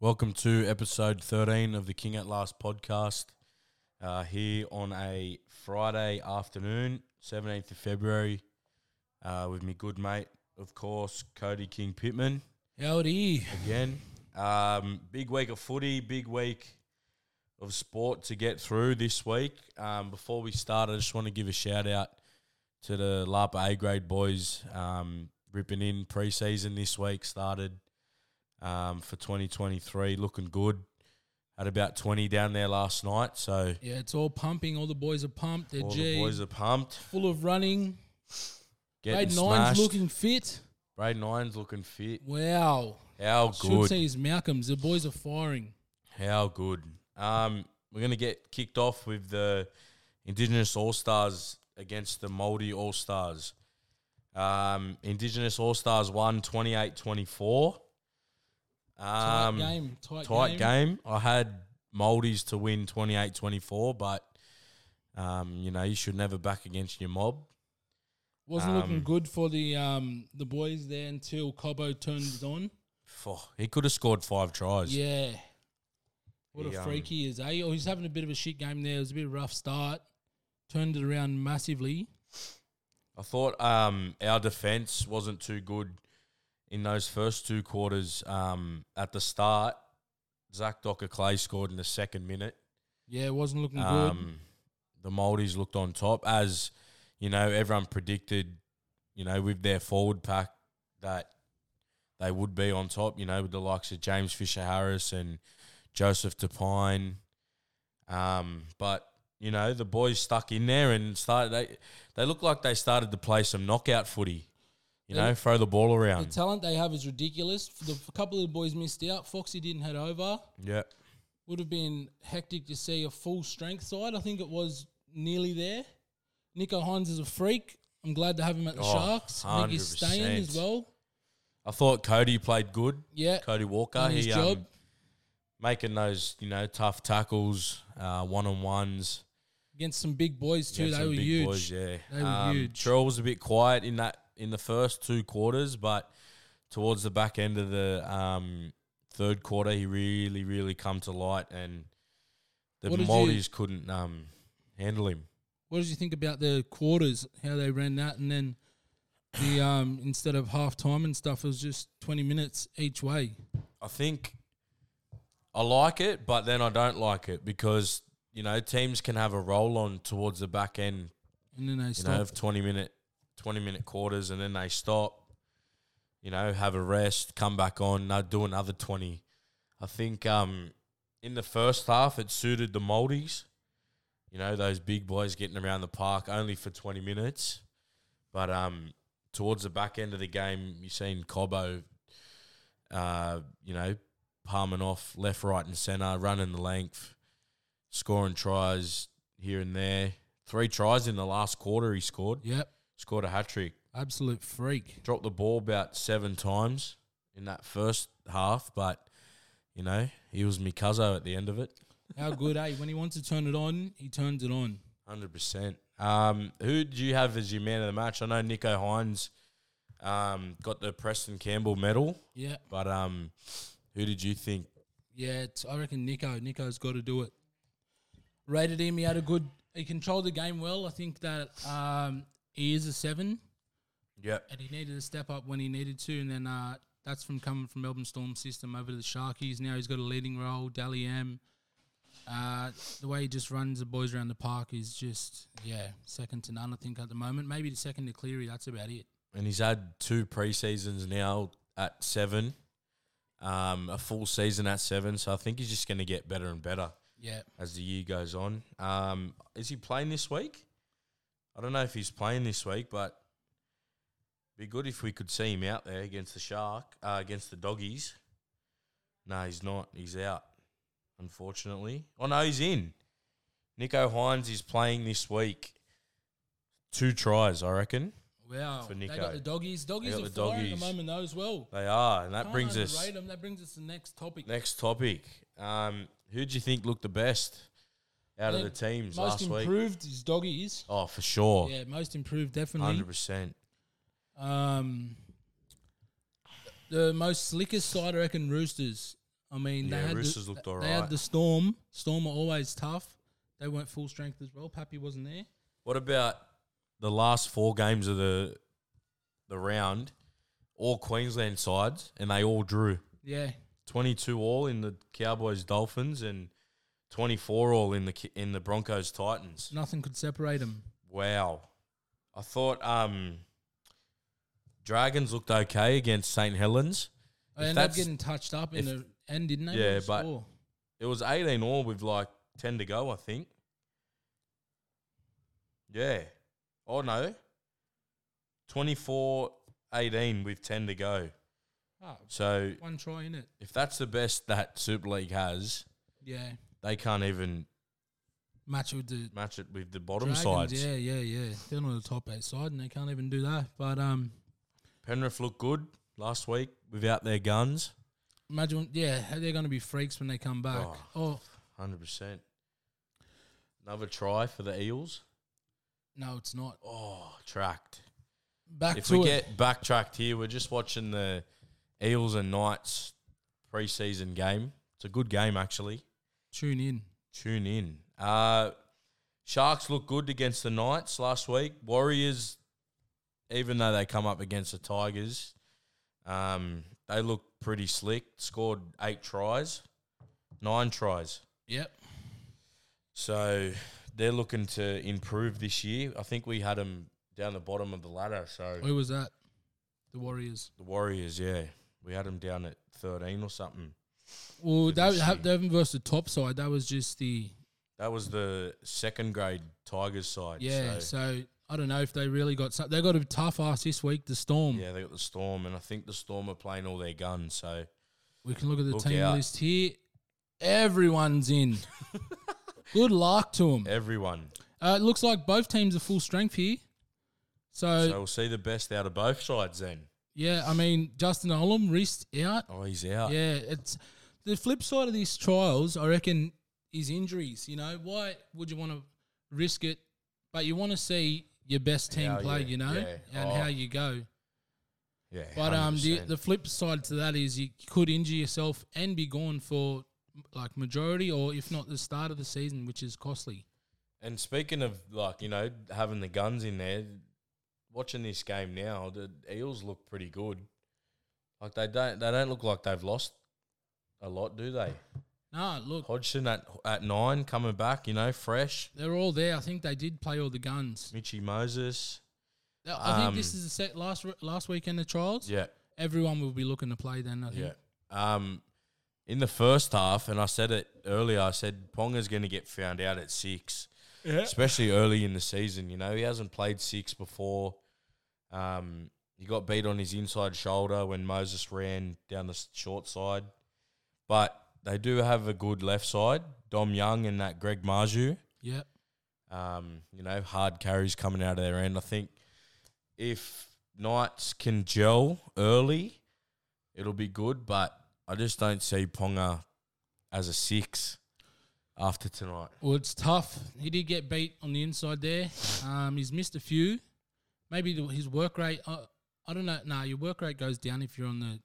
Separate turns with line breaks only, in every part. Welcome to episode 13 of the King at Last podcast. Uh, here on a Friday afternoon, 17th of February, uh, with me good mate, of course, Cody King Pittman
Howdy.
again. Um, big week of footy, big week of sport to get through this week. Um, before we start, I just want to give a shout out to the LARPA A grade boys um, ripping in preseason this week. Started um, for 2023, looking good. Had about 20 down there last night, so
Yeah, it's all pumping. All the boys are pumped. They're
all
G,
the boys are pumped.
full of running.
Getting
Grade nine's
smashed.
looking fit.
Grade nine's looking fit.
Wow.
How
Should
good?
say he's Malcolm's. The boys are firing.
How good. Um, we're going to get kicked off with the Indigenous All Stars against the Māori All Stars. Um, Indigenous All Stars won 28 24.
Tight
Um,
game. Tight,
tight
game.
game. I had Maldies to win 28 24, but um, you know, you should never back against your mob.
Wasn't
Um,
looking good for the um the boys there until Cobo turned it on.
Fuck, he could have scored five tries.
Yeah. What
He,
a
um,
freak he is, eh? Oh, he's having a bit of a shit game there. It was a bit of a rough start. Turned it around massively.
I thought um, our defense wasn't too good in those first two quarters. Um, at the start, Zach Docker Clay scored in the second minute.
Yeah, it wasn't looking good.
Um, the Maldives looked on top, as you know, everyone predicted. You know, with their forward pack, that they would be on top. You know, with the likes of James Fisher Harris and Joseph Depine. Um, but you know, the boys stuck in there and started. They they looked like they started to play some knockout footy. You
They-
know, throw the ball
The
around.
talent they have is ridiculous. The, a couple of the boys missed out. Foxy didn't head over.
yeah,
would have been hectic to see a full strength side. I think it was nearly there. Nico Hines is a freak. I'm glad to have him at the
Oh,
Sharks. I think he's staying
100%.
as well.
I thought Cody played good.
Yeah,
Cody Walker,
done
he
his
um,
job.
making those you know tough tackles, uh, one on ones.
Against some big boys too. they were huge.
yeah,
They were
um,
huge.
Terrell was a bit quiet in that in the first two quarters, but towards the back end of the um, third quarter, he really, really come to light, and the
What did you-
Maldives couldn't um, handle him.
What did you think about the quarters? How they ran that, and then the um instead of half time and stuff, it was just 20 minutes each way.
I think I like it, but then I don't like it because you know teams can have a roll on towards the back end
And then they
you know,
stopped.
of 20 minute 20 minute quarters and then they stop, you know, have a rest, come back on, now do another 20. I think um in the first half it suited the Maldives. You know, those big boys getting around the park only for 20 minutes. But um towards the back end of the game, you've seen Cobo uh, you know, palming off left, right and centre, running the length, scoring tries here and there. Three tries in the last quarter he scored.
Yep,
Scored a hat trick.
absolute freak.
Dropped the ball about seven times in that first half, but you know, he was Mikazo at the end of it.
How good, eh? When he wants to turn it on, he turns it on.
Hundred percent. Um, who do you have as your man of the match? I know Nico Hines um, got the Preston Campbell medal,
Yeah,
but um, who did you think?
Yeah, it's, I reckon Nico. Nico's got to do it. Rated him. He had a good. He controlled the game well. I think that um, he is a seven,
Yep.
and he needed to step up when he needed to. And then uh, that's from coming from Melbourne Storm system over to the Sharkies. Now he's got a leading role. Dally M. Uh, the way he just runs the boys around the park is just yeah, second to none. I think at the moment, maybe the second to Cleary. That's about it.
and he's had two pre seasons now at seven, um, a full season at seven. So I think he's just going to get better and better
Yeah,
as the year goes on. Um, is he playing this week? I don't know if he's playing this week, but be good if we could see him out there against the shark, uh, against the doggies. No, he's not. He's out, unfortunately. Oh no, he's in. Nico Hines is playing this week. Two tries, I reckon.
wow.
For
they
Nico.
got the doggies. Doggies
got
are
the
firing at
doggies.
the moment though as well.
They are, and that
Can't
brings us
underrate 'em. That brings us to the next topic.
Next topic. Um, who do you think looked the best out of the
Then
teams
most
last week?
improved is doggies.
Oh, for sure.
Yeah, most improved definitely.
100%.
Um, the most slickest side, I reckon, Roosters. I mean,
Yeah,
they had
Roosters
the,
looked
they
alright.
had the Storm. Storm are always tough. They weren't full strength as well. Pappy wasn't there.
What about the last four games of the the round? All Queensland sides, and they all drew
Yeah,
twenty two all in the Cowboys Dolphins and twenty four all in the Ki- in the Broncos Titans.
nothing could separate them.
Wow, I thought um, Dragons looked okay against St Helens.
They
If
ended up
that's-
getting touched up in
if-
the end, didn't they?
Yeah,
With the
but-
score?
It was eighteen all with like ten to go, I think. Yeah. Oh no. 24-18 with ten to go.
Ah,
So
one try in it.
if that's the best that Super League has,
Yeah,
they can't even
match with the
match it with the bottom
Dragons,
sides.
Yeah, yeah, yeah. They're not a top eight side, and they can't even do that. But um,
Penrith looked good last week without their guns.
imagine, yeah, how they're going to be freaks when they come back.
Oh.
Oh,
Hundred percent. Another try for the Eels.
no, it's not.
Oh, tracked.
Back
if
to
we
it.
get backtracked here, we're just watching the Eels and Knights preseason game. It's a good game, actually.
Tune in.
Tune in. Uh, Sharks look good against the Knights last week. Warriors, even though they come up against the Tigers, um, they look pretty slick. Scored eight tries, nine tries.
Yep.
So they're looking to improve this year. I think we had them down the bottom of the ladder. So
Who was that? The Warriors.
The Warriors, yeah. We had them down at 13 or something.
Well,
Did you
that
see?
that them versus the top side. That was just the
That was the second grade Tigers side.
yeah.
So,
So, I don't know if they really got some. They got a tough ass this week. The Storm.
yeah, they got the Storm, and I think the Storm are playing all their guns. So
We can look at the
Look
team
out.
list here. Everyone's in. Good luck to them.
everyone.
Uh, it looks like both teams are full strength here. So,
So we'll see the best out of both sides then.
yeah, I mean Justin Olam wrist out.
Oh, he's out.
Yeah, it's the flip side of these trials. I reckon is injuries. You know, why would you want to risk it? But you want to see your best team
How
play.
you-
You know,
yeah.
and
Oh.
how you go.
Yeah,
But um, the
100%.
the flip side to that is you could injure yourself and be gone for like majority or if not the start of the season, which is costly.
and speaking of like you know having the guns in there, watching this game now, the Eels look pretty good. Like they don't they don't look like they've lost a lot, do they?
No, look,
Hodgson at at nine coming back, you know, fresh.
they're all there. I think they did play all the guns.
Mitchy Moses.
Now, I think
Um,
this is the set last r- last weekend of trials.
Yeah,
Everyone will be looking to play then. I think.
yeah. Um, in the first half, and I said it earlier, I said Ponga's going to get found out at six,
Yeah.
especially early in the season. You know, he hasn't played six before. Um, he got beat on his inside shoulder when Moses ran down the s- short side. But they do have a good left side. Dom Young and that Greg Marju.
Yeah.
um, you know, hard carries coming out of their end. I think if Knights can gel early, it'll be good, but I just don't see Ponga as a six after tonight.
Well, it's tough. He did get beat on the inside there. Um, he's missed a few. Maybe the, his work rate. Uh, I don't know. Nah, your work rate goes down if you're on the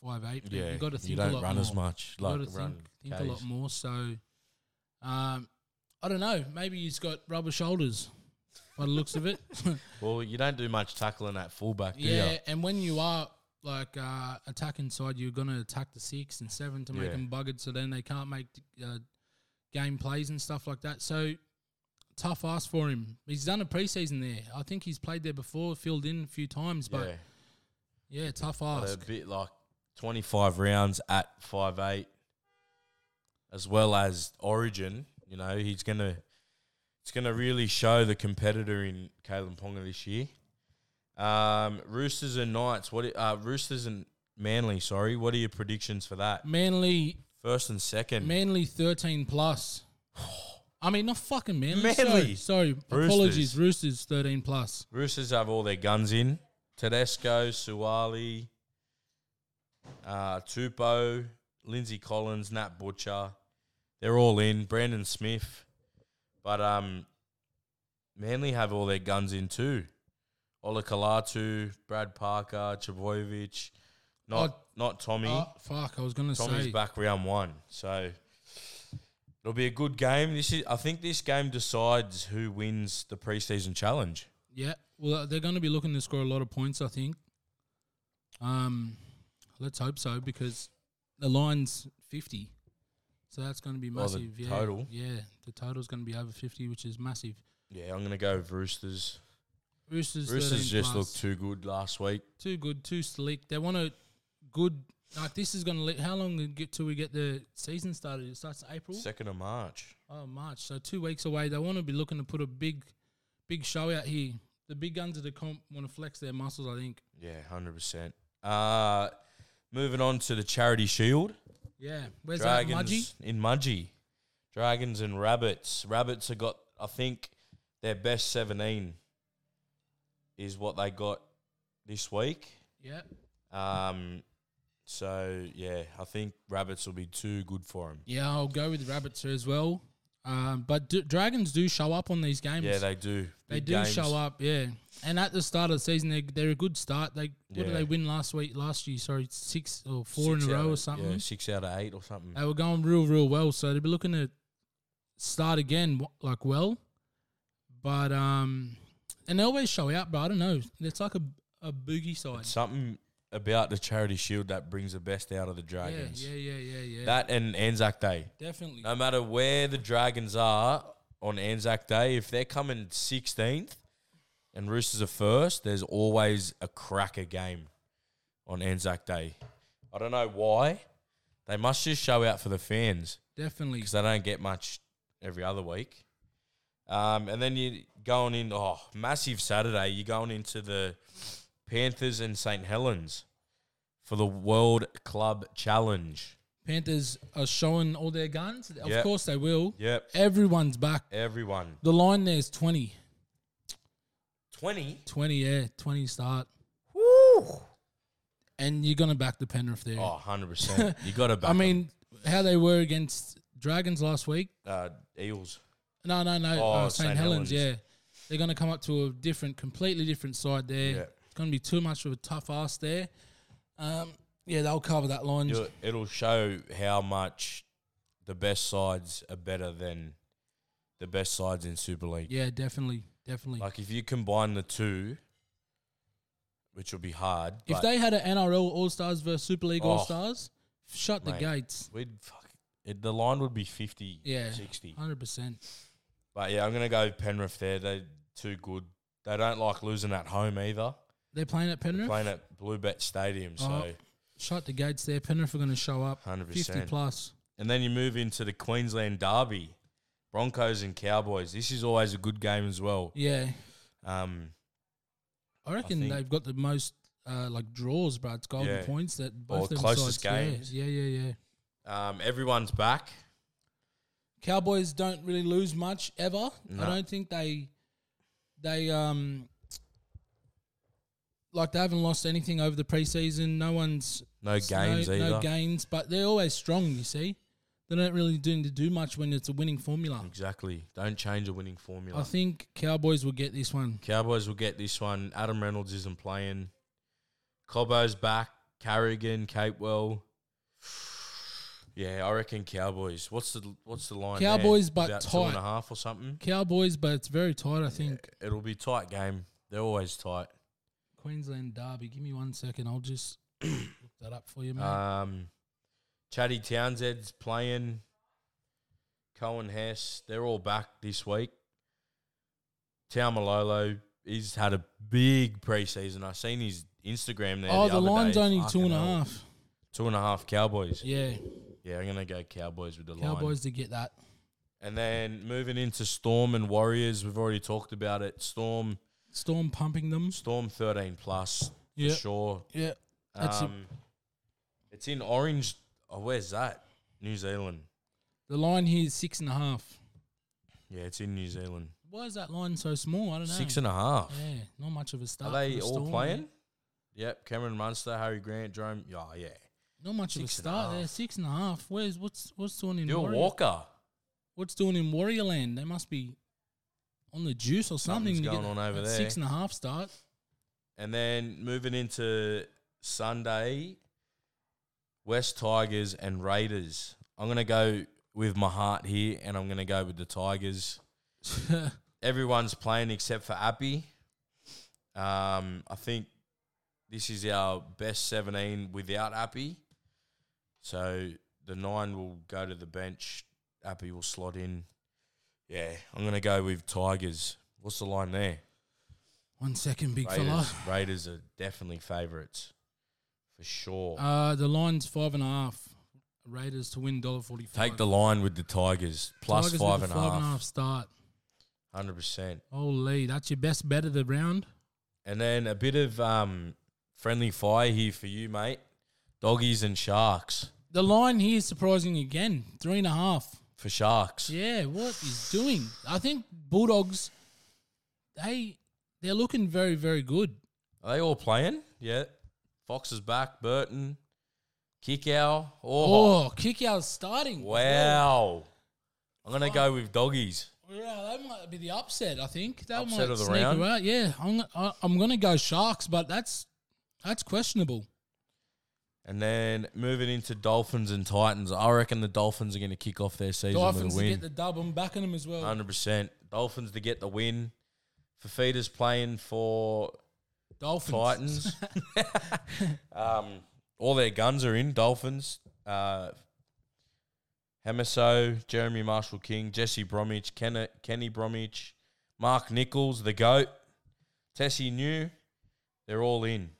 five eight.
Yeah,
you
you,
got to think
don't
a lot
run
more.
as much.
You
Like
got to
run
think, think a lot
Ks.
more. So, um, I don't know. Maybe he's got rubber shoulders. By the looks of it.
Well, you don't do much tackling at fullback, do
Yeah,
you?
and when you are like uh, attacking side, you're gonna attack the six and seven to make
Yeah.
them buggered, so then they can't make uh, game plays and stuff like that. So tough ask for him. He's done a preseason there. I think he's played there before, filled in a few times, but
Yeah.
yeah, tough
But uh,
ask.
a bit like 25 rounds at five eight, as well as Origin. You know, he's going to it's going to really show the competitor in Kalen Ponga this year. Um, Roosters and Knights. What i- uh, Roosters and Manly? Sorry, what are your predictions for that?
Manly,
First and second.
Manly thirteen plus. I mean, not fucking Manly.
Manly.
Sorry, sorry. apologies. Roosters thirteen plus.
Roosters have all their guns in. Tedesco, Suwali, uh, Tupo, Lindsay Collins, Nat Butcher. They're all in. Brandon Smith. But um, Manly have all their guns in too. Ola Kalatu, Brad Parker, Chavojevic, Not not Tommy.
Oh, fuck, I was going to
Tommy's
say.
back round one, so it'll be a good game. This is, I think, this game decides who wins the preseason challenge.
Yeah, well, uh, they're going to be looking to score a lot of points, I think. Um, let's hope so because the line's fifty, so that's going to be
Oh, the
massive. yeah,
total?
yeah, the total's going to be over fifty, which is massive.
Yeah, I'm gonna go with Roosters.
Roosters,
Roosters
13
just
plus.
looked too good last week.
too good, too slick. They want a good. Like this is going to. How long we get till we get the season started? It starts April.
Second of March.
Oh, March. So two weeks away. They want to be looking to put a big, big show out here. The big guns of the comp want to flex their muscles. I think.
Yeah, hundred percent. Uh moving on to the charity shield.
Yeah. Where's
Dragons
that Mudgy?
in Mudgy. Dragons and Rabbits. Rabbits have got, I think, their best seventeen is what they got this week.
Yeah.
Um, so yeah, I think Rabbits will be too good for them.
Yeah, I'll go with rabbits as well. Um, but d- dragons do show up on these games.
Yeah, they do.
They
Big
do
games.
show up. Yeah, and at the start of the season, they they're a good start. They what
Yeah.
did they win last week? Last year, sorry, six or four
Six
in a
out
row
of-
or something.
Yeah, six out of eight or something.
They were going real, real well. So they'd be looking to start again, w- like well. But um, and they always show out. But I don't know. It's like a a boogie side.
Something about the charity shield that brings the best out of the
Yeah,
Dragons.
yeah, yeah, yeah, yeah.
That and Anzac Day.
Definitely.
No matter where the Dragons are on Anzac Day, if they're coming 16th and Roosters are first, there's always a cracker game on Anzac Day. I don't know why. They must just show out for the fans
Definitely.
because they don't get much every other week. Um, and then you going in, oh, massive Saturday. You're going into the Panthers and St. Helens for the World Club Challenge.
Panthers are showing all their guns. Of
Yep.
course they will.
Yep,
Everyone's back.
everyone.
The line there is 20.
20.
20, yeah, 20 start.
Woo!
And you're going to back the Penrith there.
Oh, 100%. You got to back
I mean, how they were against Dragons last week.
them. Uh, Eels.
No, no, no.
Oh,
uh, St.
St.
Helens,
Helens.
yeah. They're going to come up to a different, completely different side there.
Yeah.
It's going to be too much of a tough ass there. Um, yeah, they'll cover that line.
You'll- It'll show how much the best sides are better than the best sides in Super League.
Yeah, definitely. Definitely.
Like, if you combine the two, which will be hard.
if
but
they had an NRL All Stars versus Super League
Oh.
All Stars, shut the
Mate.
gates.
We'd fuck, it, the line would be 50,
Yeah.
60.
100%.
But yeah, I'm going to go Penrith there. They're too good. They don't like losing at home either.
They're playing at Penrith?
Playing at Blue Bet Stadium, so.
Oh. Shut the gates there. Penrith are going to show up. 50
100%.
plus.
And then you move into the Queensland Derby, Broncos and Cowboys. This is always a good game as well.
Yeah.
Um,
I reckon
think-
they've got the most uh, like draws, bro. It's golden
Yeah.
points that both
Or
them
closest
sides. yeah,
games.
Yeah, yeah, yeah.
um, everyone's back.
Cowboys don't really lose much ever.
No.
I don't think they they um like they haven't lost anything over the preseason. No one's
No games
no,
either.
no gains, but they're always strong. You see, they don't really do to do much when it's a winning formula.
Exactly. Don't change a winning formula.
I think Cowboys will get this one.
Cowboys will get this one. Adam Reynolds isn't playing. Cobbo's back. Carrigan, Capewell. Yeah, I reckon Cowboys. What's the what's the line? there?
Cowboys, but
About two and
tight.
a half or something.
Cowboys, but it's very tight. I think.
It'll be tight game. They're always tight.
Queensland Derby. Give me one second. I'll just look that up for you, mate.
Um, Chatty Townsend's playing. Cohen Hess, they're all back this week. Taumalolo, he's had a big preseason. I seen his Instagram there.
oh, the,
other
line's
day.
only two
Fucking
and a
hell.
half.
Two and a half Cowboys.
Yeah,
Yeah, I'm gonna go Cowboys with the line.
Cowboys did get that.
And then moving into Storm and Warriors, we've already talked about it. Storm,
Storm pumping them.
Storm 13 plus for
Yeah,
sure.
yeah. That's it.
um, it's in Orange. Oh, where's that? New Zealand.
The line here is six and a half.
Yeah, it's in New Zealand.
Why is that line so small? I don't know.
Six and a half.
yeah, not much of a start.
Are
for
they
the
all
Storm,
playing?
mate.
Yep. Cameron Munster, Harry Grant, Jerome. Yeah, yeah.
Not much
Six
of
and a
a start there.
half.
Six and a half. Where's what's what's doing in
Bill
Warrior?
Walker.
What's doing in Warrior Land? They must be on the juice or something.
Something's
to get
going on over
that
there.
Six and a half start.
And then moving into Sunday, West Tigers and Raiders. I'm gonna go with my heart here, and I'm gonna go with the Tigers. Everyone's playing except for Appy. Um, I think this is our best 17 without Appy. So the nine will go to the bench. Appy will slot in. Yeah, I'm gonna go with Tigers. What's the line there?
One second, big fella.
Raiders, Raiders are definitely favourites for sure.
Uh, the line's five and a half. Raiders to win dollar forty five.
Take the line with the Tigers plus
Tigers
five
with
and
a
a
five and a
half,
half start.
hundred percent.
Holy, that's your best bet of the round.
And then a bit of um, friendly fire here for you, mate. Doggies and sharks
The line here is surprising again. Three and a half.
for sharks.
Yeah, what is doing? I think Bulldogs. They they're looking very very good.
Are they all playing? Yeah. Fox is back. Burton, Kickow. Oh,
Oh, kick out starting.
wow! I'm gonna go with doggies.
Yeah, that might be the upset. I think that
Upset
might
of the
sneak
round?
around. Yeah, I'm go- I- I'm gonna go Sharks, but that's that's questionable.
And then moving into Dolphins and Titans. I reckon the Dolphins are going to kick off their season with
Dolphins to
a
get
win.
the dub. I'm backing them as well.
Hundred percent. Dolphins to get the win. Fafita's playing for
Dolphins.
Titans. um, all their guns are in Dolphins. Uh, Hemiso, Jeremy Marshall King, Jesse Bromwich, Kenna, Kenny Bromwich, Mark Nichols, the goat, Tessie New. They're all in.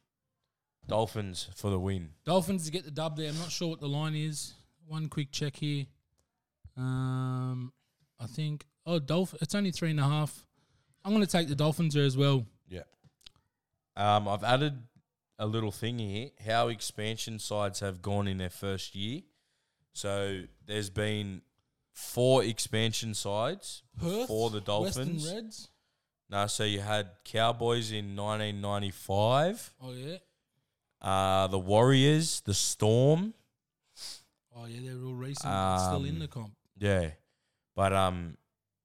Dolphins for the win.
Dolphins to get the dub there. I'm not sure what the line is. One quick check here. Um, I think oh, Dolph. It's only three and a half. I'm gonna take the Dolphins there as well.
Yeah. Um, I've added a little thing here how expansion sides have gone in their first year. So there's been four expansion sides for the Dolphins.
Western Reds.
No, so you had Cowboys in 1995,
Oh yeah.
uh, the Warriors, the Storm.
Oh yeah, they're all recent. It's Still in
Um,
the comp.
Yeah. But um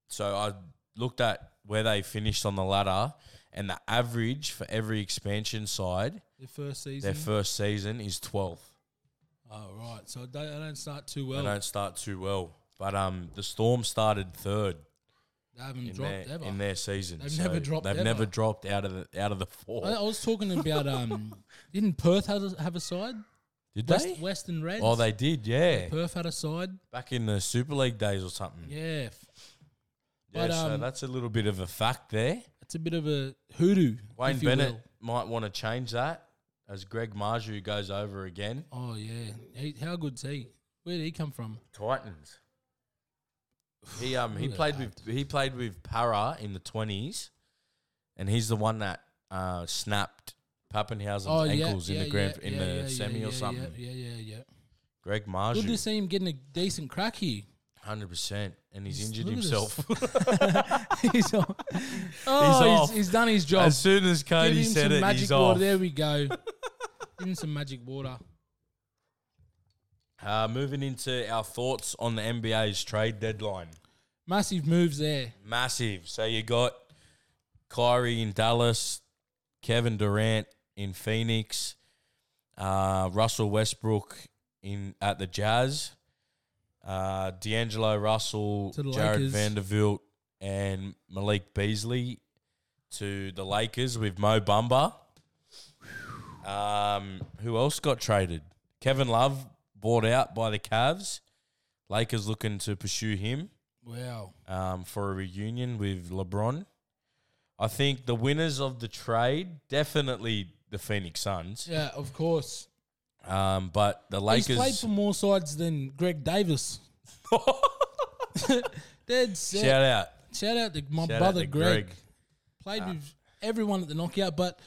so I looked at where they finished on the ladder and the average for every expansion side
Their first season.
their first season is 12th.
oh right, so I don't, I don't start too well.
They don't start too well. But um, the Storm started third
They haven't
in,
dropped
their,
ever.
in their season.
They've never dropped
They've
ever.
never dropped out of the out of the four.
I, I was talking about um, didn't Perth have a, have a side?
did
West,
they?
Western Reds.
oh, they did. Yeah,
Perth had a side.
back in the Super League days or something. Yeah,
Yeah, f- but,
so
um,
that's a little bit of a fact there.
it's a bit of a hoodoo.
Wayne
if you
Bennett
will.
might want to change that as Greg Marju goes over again.
Oh yeah, he, how good's he? Where did he come from?
Titans. He um he
Look at
played with
that.
he played with Para in the twenties, and he's the one that uh, snapped Pappenhausen's
Oh yeah,
ankles
yeah,
in the grand
yeah,
in
yeah,
the
yeah,
semi
yeah,
or
yeah,
something.
Yeah, yeah, yeah.
Greg
Good to
Marju,
see him getting a decent crack here.
hundred percent, and he's
He's-
injured
look
himself.
at he's on.
He's
Oh, he's,
off.
he's done his job.
as soon as
Give
Cody
him
said
some
it,
magic
he's
water.
off.
There we go. Give him some magic water.
Uh, moving into our thoughts on the NBA's trade deadline.
Massive moves there.
Massive. So you got Kyrie in Dallas, Kevin Durant in Phoenix, uh, Russell Westbrook in at the Jazz, uh, D'Angelo Russell,
To the
Jared
Lakers.
Vanderbilt, and Malik Beasley to the Lakers with Mo Bamba. Um, who else got traded? Kevin Love bought out by the Cavs. Lakers looking to pursue him
Wow.
um, for a reunion with LeBron. I think the winners of the trade definitely the Phoenix Suns,
Yeah, of course.
um, but the
He's played
Lakers.
for more sides than Greg Davis. Dead set. Shout,
shout out,
out to my
shout
brother
out to
Greg.
Greg.
Played with everyone at the knockout, but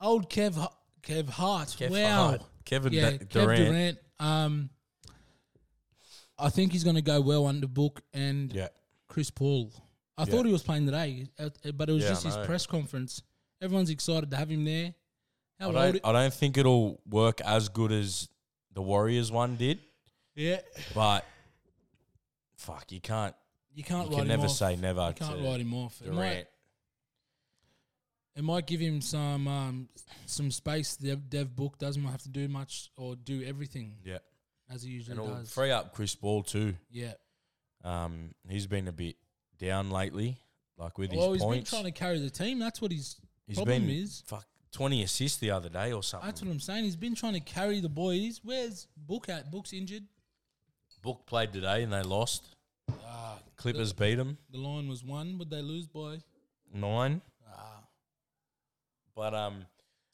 old Kev H- Kev Hart.
Kev
wow.
Hart, Kevin
yeah,
Da-
Kev
Durant.
Durant. Um, I think he's going to go well under book and
Yeah,
Chris Paul. I thought he was playing today, uh, uh, but it was
Yeah, I
just his
know.
press conference. Everyone's excited to have him there. How
I
old?
don't,
he-
I don't think it'll work as good as the Warriors one did,
yeah,
but fuck, you can't,
you can't
you can
write him
never
off.
say never
you can't
to
write him off. It might-
Durant.
It might give him some um, some space. The Dev Book doesn't have to do much or do everything
Yeah,
as he usually
and it'll
does.
free up Chris Ball too.
yeah.
Um, he's been a bit down lately, like with
Well,
his
Oh, he's
points.
been trying to carry the team. That's what he's.
He's
problem
been
is-
fuck twenty assists the other day or something.
That's what I'm saying. He's been trying to carry the boys. Where's Book at? Book's injured.
Book played today and they lost.
Ah,
Clippers beat them
the line was one. Would they lose by?
nine.
Ah,
But um,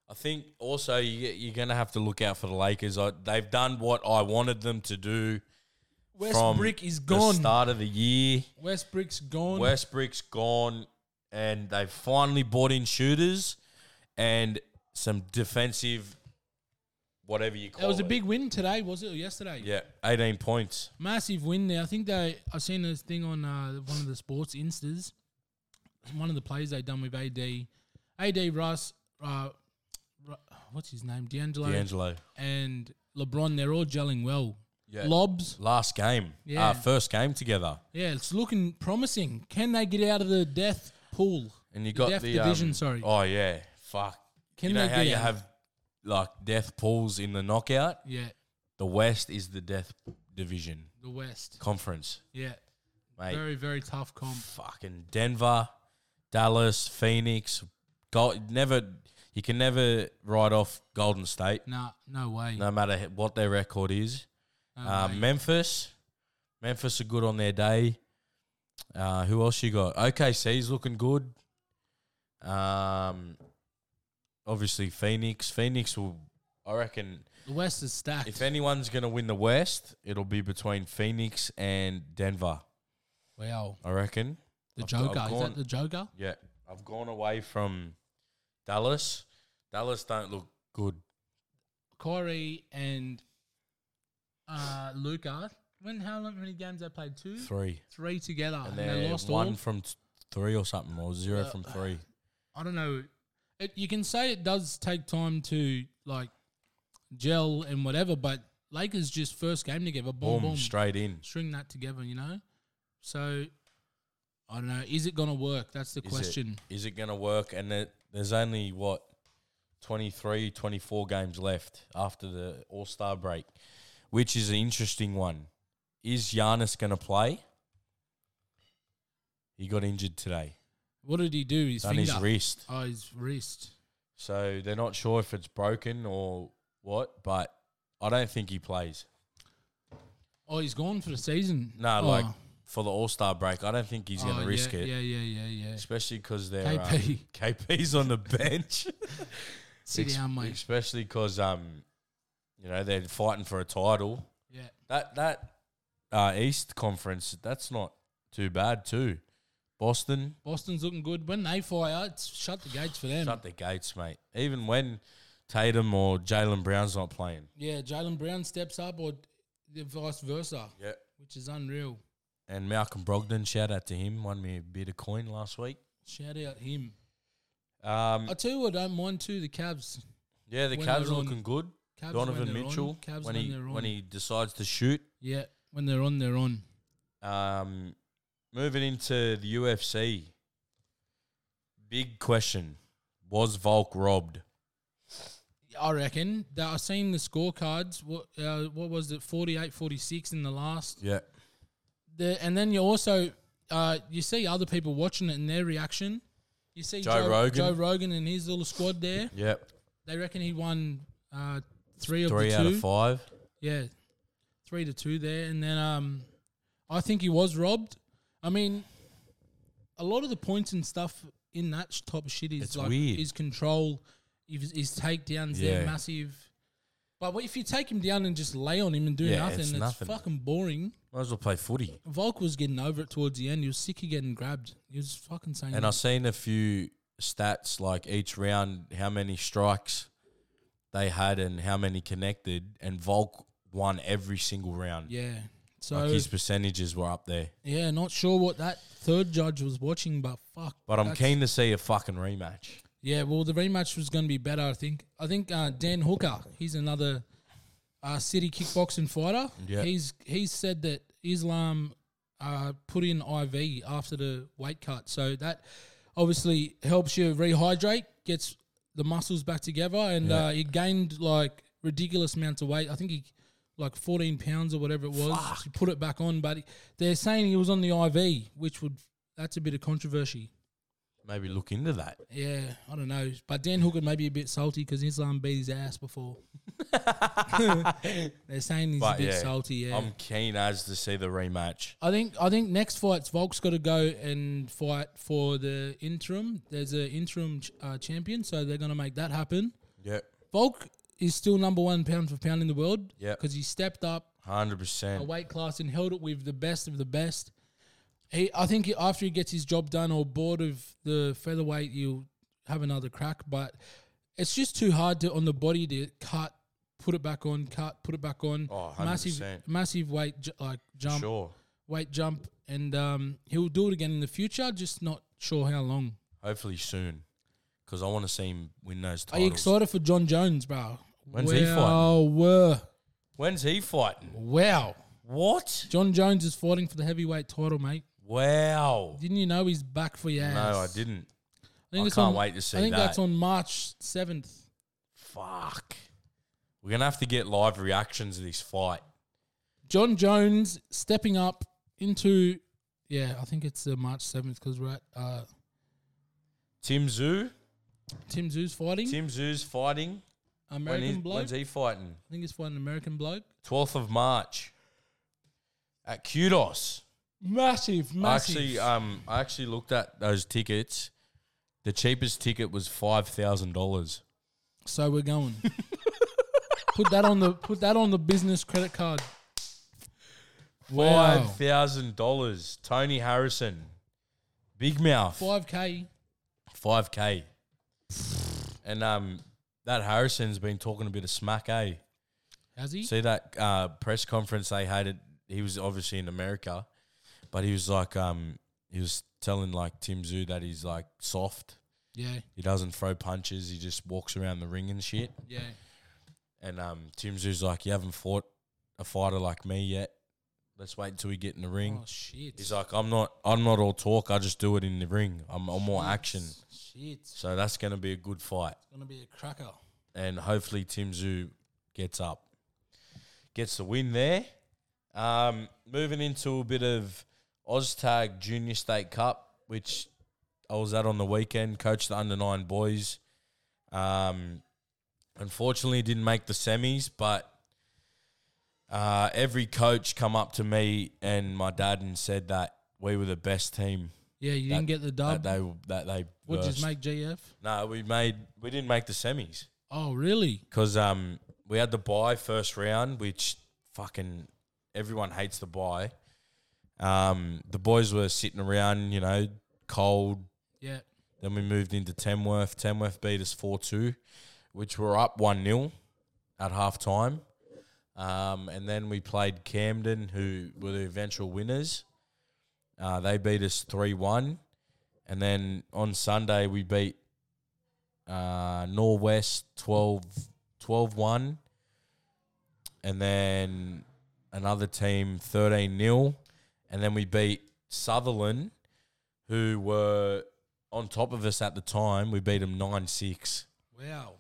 I think also you, you're going to have to look out for the Lakers. I, they've done what I wanted them to do
West
from
Brick is
the
gone.
start of the year.
West Brick's gone.
Westbrook's gone, and they've finally bought in shooters and some defensive, whatever you call it.
That was a big win today, was it? Or yesterday?
yeah, 18 points.
Massive win there. I think they. I've seen this thing on uh, one of the sports instas. One of the plays they done with AD, AD Russ, uh, Ru- what's his name, D'Angelo,
D'Angelo.
and LeBron. They're all gelling well.
Yeah.
Lobs.
Last game,
Yeah.
our first game together,
Yeah, it's looking promising. Can they get out of the death pool?
and you got
deaf
the
division,
um,
sorry.
Oh yeah, fuck.
Can
you know
they
how
get
you
out?
have like death pools in the knockout.
Yeah,
The West is the death division
the West.
conference,
Yeah,
mate.
very very tough comp.
fucking Denver, Dallas, Phoenix. Gold, never you can never write off Golden State,
Nah, no way.
no matter h- what their record is.
No
Uh,
way.
Memphis, Memphis are good on their day. Uh, who else you got? OKC's looking good. Um, obviously Phoenix. Phoenix will, I reckon,
the West is stacked.
if anyone's gonna win the West, it'll be between Phoenix and Denver.
wow,
I reckon. I've-
the
I've
Joker. Is
gone-
that the Joker?
Yeah, I've gone away from Dallas. Dallas don't look good.
Corey and uh, Luca. When how long? Many games they played? Two,
Three,
three together,
and
and,
they're
they lost
one
all.
from t- three or something, or zero from three.
I don't know. It, you can say it does take time to like gel and whatever, but Lakers just first game together, boom,
Boom,
boom,
straight in.
string that together, you know. So I don't know. Is it gonna work? That's the
Is
question.
It, is it going to work? And there, there's only what 23, 24 games left after the All Star break, which is an interesting one. Is Giannis going to play? He got injured today
What did he do? His
on
finger.
his wrist.
Oh, his wrist.
So they're not sure if it's broken or what, but I don't think he plays.
Oh, he's gone for the season.
No,
oh.
like for the All Star break, I don't think he's going
Oh,
to risk
yeah,
it,
Yeah, yeah, yeah, yeah.
especially because they're
KP.
um, KP's on the bench.
Sit
Ex-
down, mate.
Especially because um, you know they're fighting for a title.
Yeah.
That that uh, East Conference, that's not too bad too. Boston,
Boston's looking good. When they fire, it's shut the gates for them.
shut the gates, mate. Even when Tatum or Jalen Brown's not playing.
yeah, Jalen Brown steps up, or the vice versa,
Yeah.
which is unreal.
And Malcolm Brogdon, shout out to him, won me a bit of coin last week.
Shout out him.
Um,
I tell you what, I don't mind too. The Cavs.
yeah, the Cavs
when they're
are
on-
looking good.
Cavs when
Donovan
they're on,
Mitchell,
Cavs
when he
they're
when
on.
he decides to shoot.
Yeah, when they're on, they're on.
Um, moving into the UFC, big question: Was Volk robbed?
I reckon that I've seen the scorecards. What uh, what was it? 48-46 in the last.
Yeah,
The, and then you also uh, you see other people watching it and their reaction. You see
Joe Rogan.
Joe Rogan and his little squad there.
yeah,
They reckon he won uh, three of
three
the
out
two.
of five.
Yeah, three to two there, and then um, I think he was robbed. I mean, a lot of the points and stuff in that sh- type of shit is
It's
like
weird.
his control, his, his takedowns. They're
Yeah.
massive. But what if you take him down and just lay on him and do
Yeah,
nothing,
it's
it's,
nothing.
fucking boring.
Might as well play footy.
Volk was getting over it towards the end. He was sick of getting grabbed. He was fucking saying,
And I've seen a few stats like each round, how many strikes they had and how many connected, and Volk won every single round.
"Yeah." So
Like his percentages were up there.
yeah, not sure what that third judge was watching, but fuck.
But I'm
that's-
keen to see a fucking rematch.
Yeah, well, the rematch was going to be better, I think. I think uh, Dan Hooker, he's another uh, city kickboxing fighter.
Yeah.
He's he's said that Islam uh, put in IV after the weight cut, so that obviously helps you rehydrate, gets the muscles back together, and
Yeah.
uh, he gained like ridiculous amounts of weight. I think he like 14 pounds or whatever it was. He put it back on, but he- they're saying he was on the IV, which would that's a bit of controversy.
Maybe look into that.
Yeah, I don't know, but Dan Hooker may be a bit salty because Islam beat his ass before. they're saying he's
But
a bit
yeah,
salty. Yeah,
I'm keen as to see the rematch.
I think I think next fight's Volk's got to go and fight for the interim. There's an interim ch- uh, champion, so they're going to make that happen.
Yep,
Volk is still number one pound for pound in the world.
Yep.
because he stepped up
hundred
a
percent.
weight class and held it with the best of the best. He, I think he- after he gets his job done or bored of the featherweight, he'll have another crack. But it's just too hard to on the body to cut, put it back on, cut, put it back on.
Oh, 100%.
massive, massive weight ju- like jump
Sure.
weight jump, and um, he'll do it again in the future. Just not sure how long.
Hopefully soon, because I want to see him win those
Are you
titles.
excited for John Jones, bro?
When's he fighting?
Wow,
When's he fighting?
wow!
What?
John Jones is fighting for the heavyweight title, mate.
Wow.
Didn't you know he's back for your ass?
No, I didn't.
think
I
it's
can't
on-
wait to see
I think
that.
that's on March seventh.
Fuck. We're gonna have to get live reactions of this fight.
John Jones stepping up into, yeah, I think it's uh, March seventh because we're at uh,
Tim Zoo.
Tim Zoo's fighting
Tim Zoo's fighting. When
American
is,
bloke.
when's he fighting?
I think it's for an American bloke.
Twelfth of March. At Kudos.
Massive,
I
massive.
actually um I actually looked at those tickets. The cheapest ticket was five thousand dollars.
So we're going. put that on the put that on the business credit card. Wow.
Five thousand dollars. Tony Harrison. Big mouth.
Five k.
Five K. And um that Harrison's been talking a bit of smack, eh?
Has he?
See that uh, press conference they had. It, he was obviously in America, but he was like, um, he was telling like Tim Zoo that he's like soft.
yeah,
He doesn't throw punches. He just walks around the ring and shit.
yeah.
And um, Tim Zoo's like, you haven't fought a fighter like me yet. Let's wait until we get in the ring.
Oh shit.
he's like, I'm not, I'm not all talk. I just do it in the ring. I'm, I'm more action.
Shit. It's
So that's gonna be a good fight,
gonna be a cracker.
and hopefully Tim Zoo gets up, gets the win there. Um, moving into a bit of Oztag Junior State Cup, which I was at on the weekend, coached the under nine boys. Um, unfortunately, didn't make the semis, but uh, every coach come up to me and my dad and said that we were the best team
Yeah, you didn't get the
that
dub.
they that they.
Would just
versed.
make GF.
No, we made we didn't make the semis
Oh really?
because um we had the buy first round, which fucking everyone hates the buy. Um, the boys were sitting around, you know, cold.
Yeah.
Then we moved into Tamworth. Tamworth beat us four two, which were up one 0 at half time. Um, and then we played Camden, who were the eventual winners. Uh, they beat us three one, and then on Sunday we beat uh, Norwest 12, 12-1. and then another team thirteen 0 and then we beat Sutherland, who were on top of us at the time. We beat them nine six.
Wow.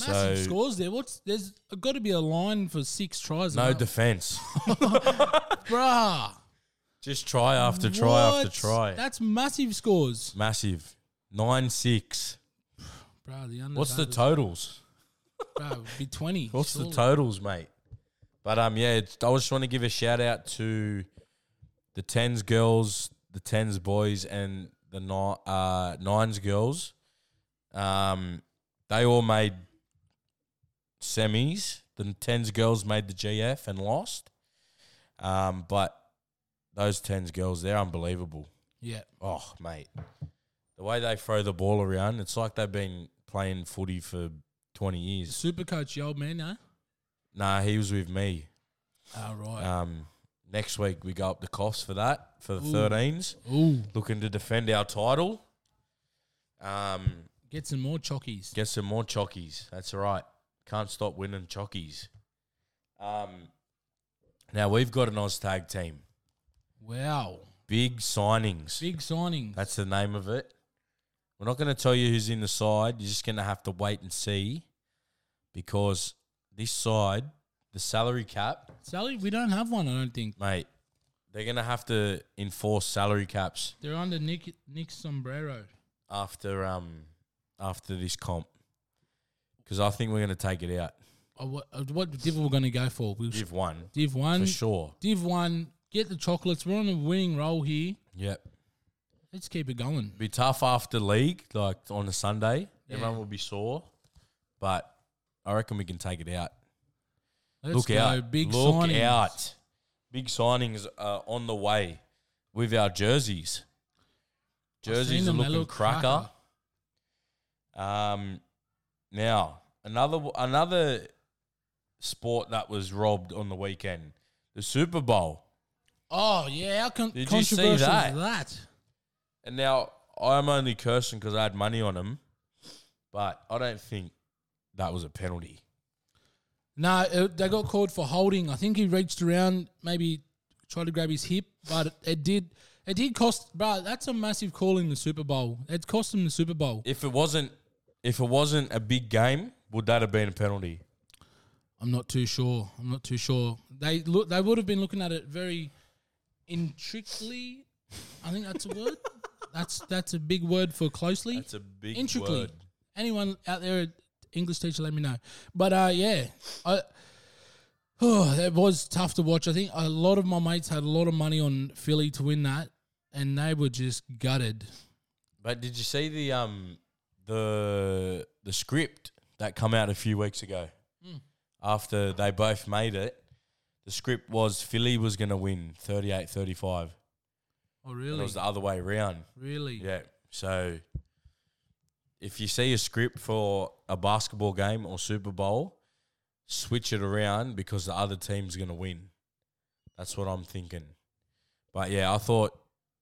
Massive
So-
scores there. What's there's got to be a line for six tries.
No
def-
defense.
bruh.
Just try after try after
What?
try.
That's massive scores,
Massive. Nine six.
bruh. The
What's the
top?
totals?
Bruh, it'd be twenty.
What's the
surely.
totals, mate? But um, yeah, it's, I just want to give a shout out to the tens girls, the tens boys, and the ni- uh, nines girls. Um, they all made semis. The tens girls made the GF and lost. Um, but those tens girls, they're unbelievable.
Yeah.
Oh, mate, the way they throw the ball around, it's like they've been playing footy for twenty years.
Super coach, the old man, eh? huh?
Nah, he was with me.
All right.
Um, next week we go up the costs for that for the
Ooh.
13s,
Ooh,
looking to defend our title. Um,
get some more chockies.
get some more chockies. That's all right. Can't stop winning chockies. Um, now we've got an Oz tag team.
Wow,
Big signings.
big signing.
That's the name of it. We're not going to tell you who's in the side. You're just going to have to wait and see because this side, the salary cap,
Sally, we don't have one. I don't think
mate, they're going to have to enforce salary caps
they're under Nick Nick's sombrero.
after um after this comp because I think we're going to take it out.
Oh, what, uh, what div are we going to go for? We'll
You've won
div one,
for sure.
div one. Get the chocolates. We're on a winning roll here.
Yep.
Let's keep it going.
be tough after league, like on a Sunday.
Yeah.
Everyone will be sore, but I reckon we can take it out.
Let's
Look
go.
out!
Big
Look
signing.
out! Big signings are on the way with our jerseys. Jerseys are
them, they
looking
look
cracker. Um, now another another sport that was robbed on the weekend, the Super Bowl.
Oh yeah, how con-
Did you see
controversial is
that?
that?
And now I'm only cursing because I had money on him, but I don't think that was a penalty.
No, it, uh, they got called for holding. I think he reached around, maybe tried to grab his hip, but it, it did. It did cost, bro. That's a massive call in the Super Bowl. It cost him the Super Bowl.
If it wasn't, if it wasn't a big game, would that have been a penalty?
I'm not too sure. I'm not too sure. They look. They would have been looking at it very intricately. I think that's a word. that's that's a big word for closely.
That's a big
intricately.
word.
Anyone out there, English teacher, let me know. But uh, yeah, I, oh, that was tough to watch. I think a lot of my mates had a lot of money on Philly to win that, and they were just gutted.
But did you see the um the the script that come out a few weeks ago? After they both made it, the script was Philly was going to win 38-35.
Oh,
And It
really?
was the other way around.
Really?
Yeah. So if you see a script for a basketball game or Super Bowl, switch it around because the other team's going to win. That's what I'm thinking. But yeah, I thought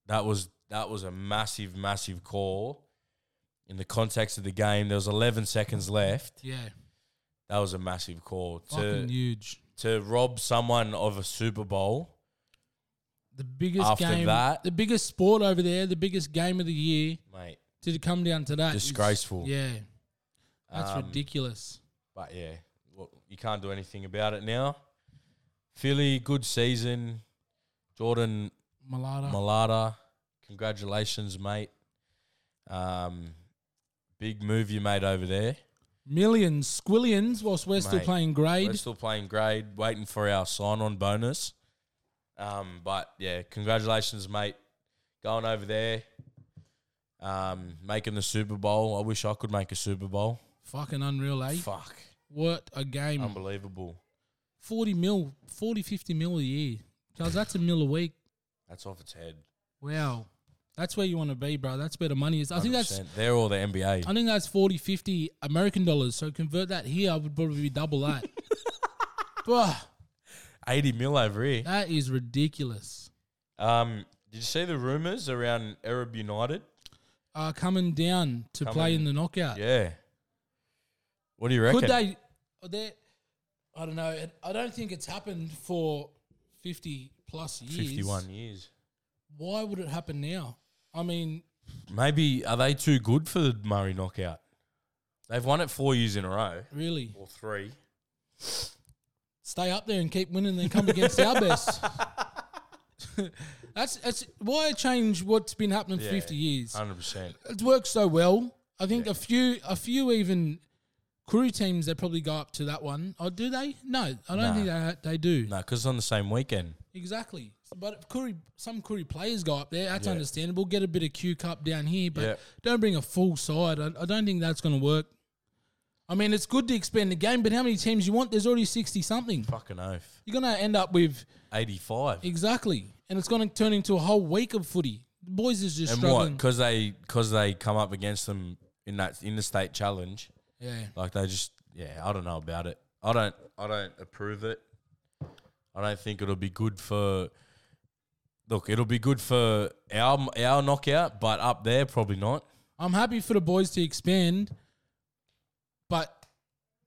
that was that was a massive massive call in the context of the game. There was 11 seconds left.
Yeah.
That was a massive call
Fucking
to
huge.
to rob someone of a Super Bowl.
The biggest
After
game,
that-
the biggest sport over there, the biggest game of the year.
Mate,
To come down to that, is-
Disgraceful.
Yeah, that's
Um,
ridiculous.
But yeah, well, you can't do anything about it now. Philly, good season. Jordan
Malata.
Malata, congratulations, mate. Um, big move you made over there.
millions, squillions, whilst we're still
Mate,
playing grade.
We're still playing grade, waiting for our sign-on bonus. Um, but yeah, congratulations, mate. Going over there, um, making the Super Bowl. I wish I could make a Super Bowl.
Fucking unreal, eh?
Fuck, Um,
What a game.
unbelievable.
40 mil, 40, 50 mil a year. Charles, that's a mil a week.
That's off its head.
Wow. That's where you want to be, bro. That's where the money is. I think that's
100%. they're all the NBA.
I think that's 40, 50 American dollars. So convert that here, I would probably be double that. Bruh,
80 mil over here.
that is ridiculous.
Um, did you see the rumors around Arab United?
Uh, coming down to play in the knockout.
Yeah. What do you reckon?
Could they? Are there, I don't know. I don't think it's happened for 50 plus years.
51 years.
Why would it happen now? I mean,
Maybe are they too good for the Murray knockout? They've won it four years in a row
really.
or three.
stay up there and keep winning, then come against our best. that's that's why change what's been happening for
Yeah. Uh,
fifty years.
Hundred percent.
It's worked so well. I think a few a few even crew teams that probably go up to that one. Or do they? No, I don't
Nah.
think they, they do.
No, because it's on the same weekend.
Exactly. But if Curry, some Curry players go up there. That's
Yeah.
understandable. Get a bit of Q Cup down here, but
Yeah.
don't bring a full side. I, I don't think that's going to work. I mean, it's good to expand the game, but how many teams you want? There's already sixty something.
Fucking oath.
You're going to end up with
Eighty-five.
Exactly, and it's going to turn into a whole week of footy. The boys is just
and what?
struggling.
Because they because they come up against them in that in the state challenge.
Yeah,
Like they just yeah, I don't know about it. I don't I don't approve it. I don't think it'll be good for Look, it'll be good for our our knockout, but up there probably not.
I'm happy for the boys to expand, but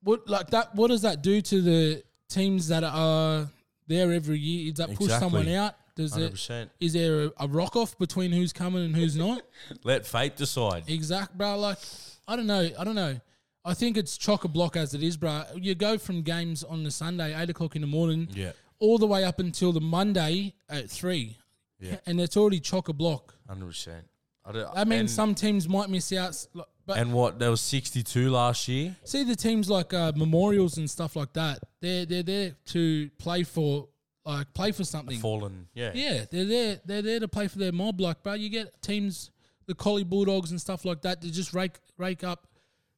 what like that? What does that do to the teams that are there every year? Does that push someone
Exactly.
out? Does
Hundred
it?
percent.
Is there a, a rock off between who's coming and who's not?
Let fate decide.
Exact, bro. Like, I don't know. I don't know. I think it's chock a block as it is, bro. You go from games on the Sunday, eight o'clock in the morning,
Yeah,
all the way up until the Monday at three,
Yeah.
and it's already chock a block.
hundred percent. I don't.
That means
and,
some teams might miss out, s- like- but
And what there was sixty two last year.
see the teams like uh, Memorials and stuff like that. They're they're there to play for like play for something.
Fallen. Yeah.
Yeah, they're there. They're there to play for their mob. Like, bro, you get teams, the Collie Bulldogs and stuff like that, to just rake rake up,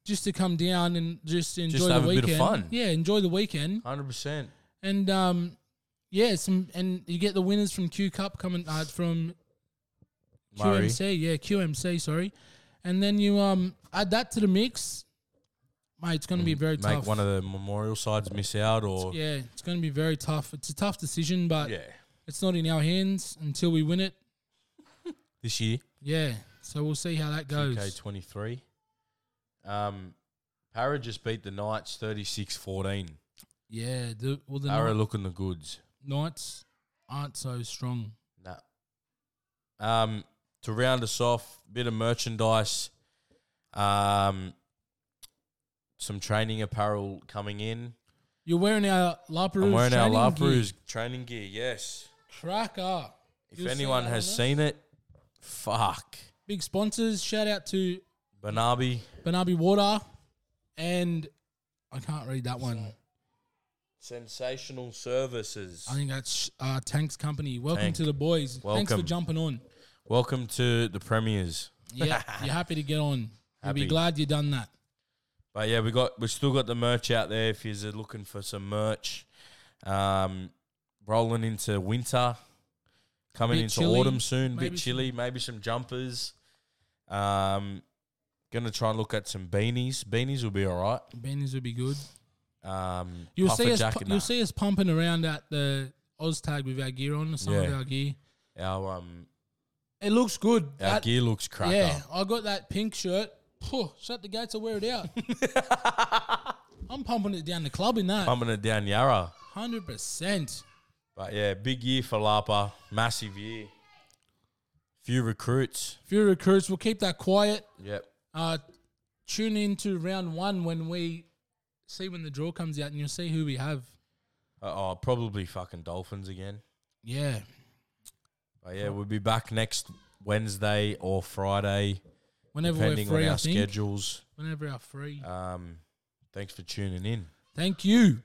just to come down and just enjoy the
have a bit
weekend.
of fun.
Yeah, enjoy the weekend,
Hundred percent.
and um, yeah, some and you get the winners from Q Cup coming uh, from
Murray.
QMC. Yeah, QMC. Sorry, and then you um add that to the mix, mate. It's going to be very
Mm, Make
tough.
one of the memorial sides miss out, or yeah.
yeah, it's going to be very tough. It's a tough decision, but it's not in our hands until we win it.
This year,
Yeah. So we'll see how that goes.
UK twenty three. Um, Para just beat the Knights 36-14.
Yeah. The, well, the
Para
Kni-
looking the goods.
Knights aren't so strong.
Nah. Um, to round us off, bit of merchandise, um, some training apparel coming in.
You're wearing our La Perouse.
I'm wearing our
training
La
gear.
Perouse training gear. Yes.
Crack up.
If
You'll see
anyone
that
has
on us.
seen it, fuck.
Big sponsors. Shout out to
Banabi,
Banabi Water. And I can't read that one.
sensational services.
I think that's uh, Tank's company. Welcome
Tank.
to the boys. Thanks for
Welcome.
jumping on.
Welcome to the premieres.
Yeah. you're happy to get on. You'll
Happy.
be glad you done that.
But yeah, we got we still got the merch out there. If you're looking for some merch, um, rolling into winter, coming
Bit
into
chilly,
autumn soon.
maybe
bit
some-
chilly, maybe some jumpers. Um, gonna try and look at some beanies. Beanies will be all
Bennies would be good.
right. Um,
You'll
puffer
see us.
jacket,
pu-
nah.
You'll see us pumping around at the Oztag with our gear on. Some of
Yeah.
our gear.
our um
It looks good.
our
That-
gear looks cracker.
yeah, I got that pink shirt. Phew, shut the gates, I wear it out. I'm pumping it down the club in that.
Pumping it down Yarra.
Hundred percent.
But yeah, big year for Lapa. Massive year. Few recruits.
Few recruits. We'll keep that quiet.
Yep.
Uh, tune in to round one when we see when the draw comes out, and you'll see who we have.
Uh, oh, probably fucking Dolphins again.
Yeah,
But yeah, we'll be back next Wednesday or Friday,
whenever
depending
we're free,
on
I
our Uh,
think.
schedules.
Whenever we're free.
Um, thanks for tuning in.
Thank you.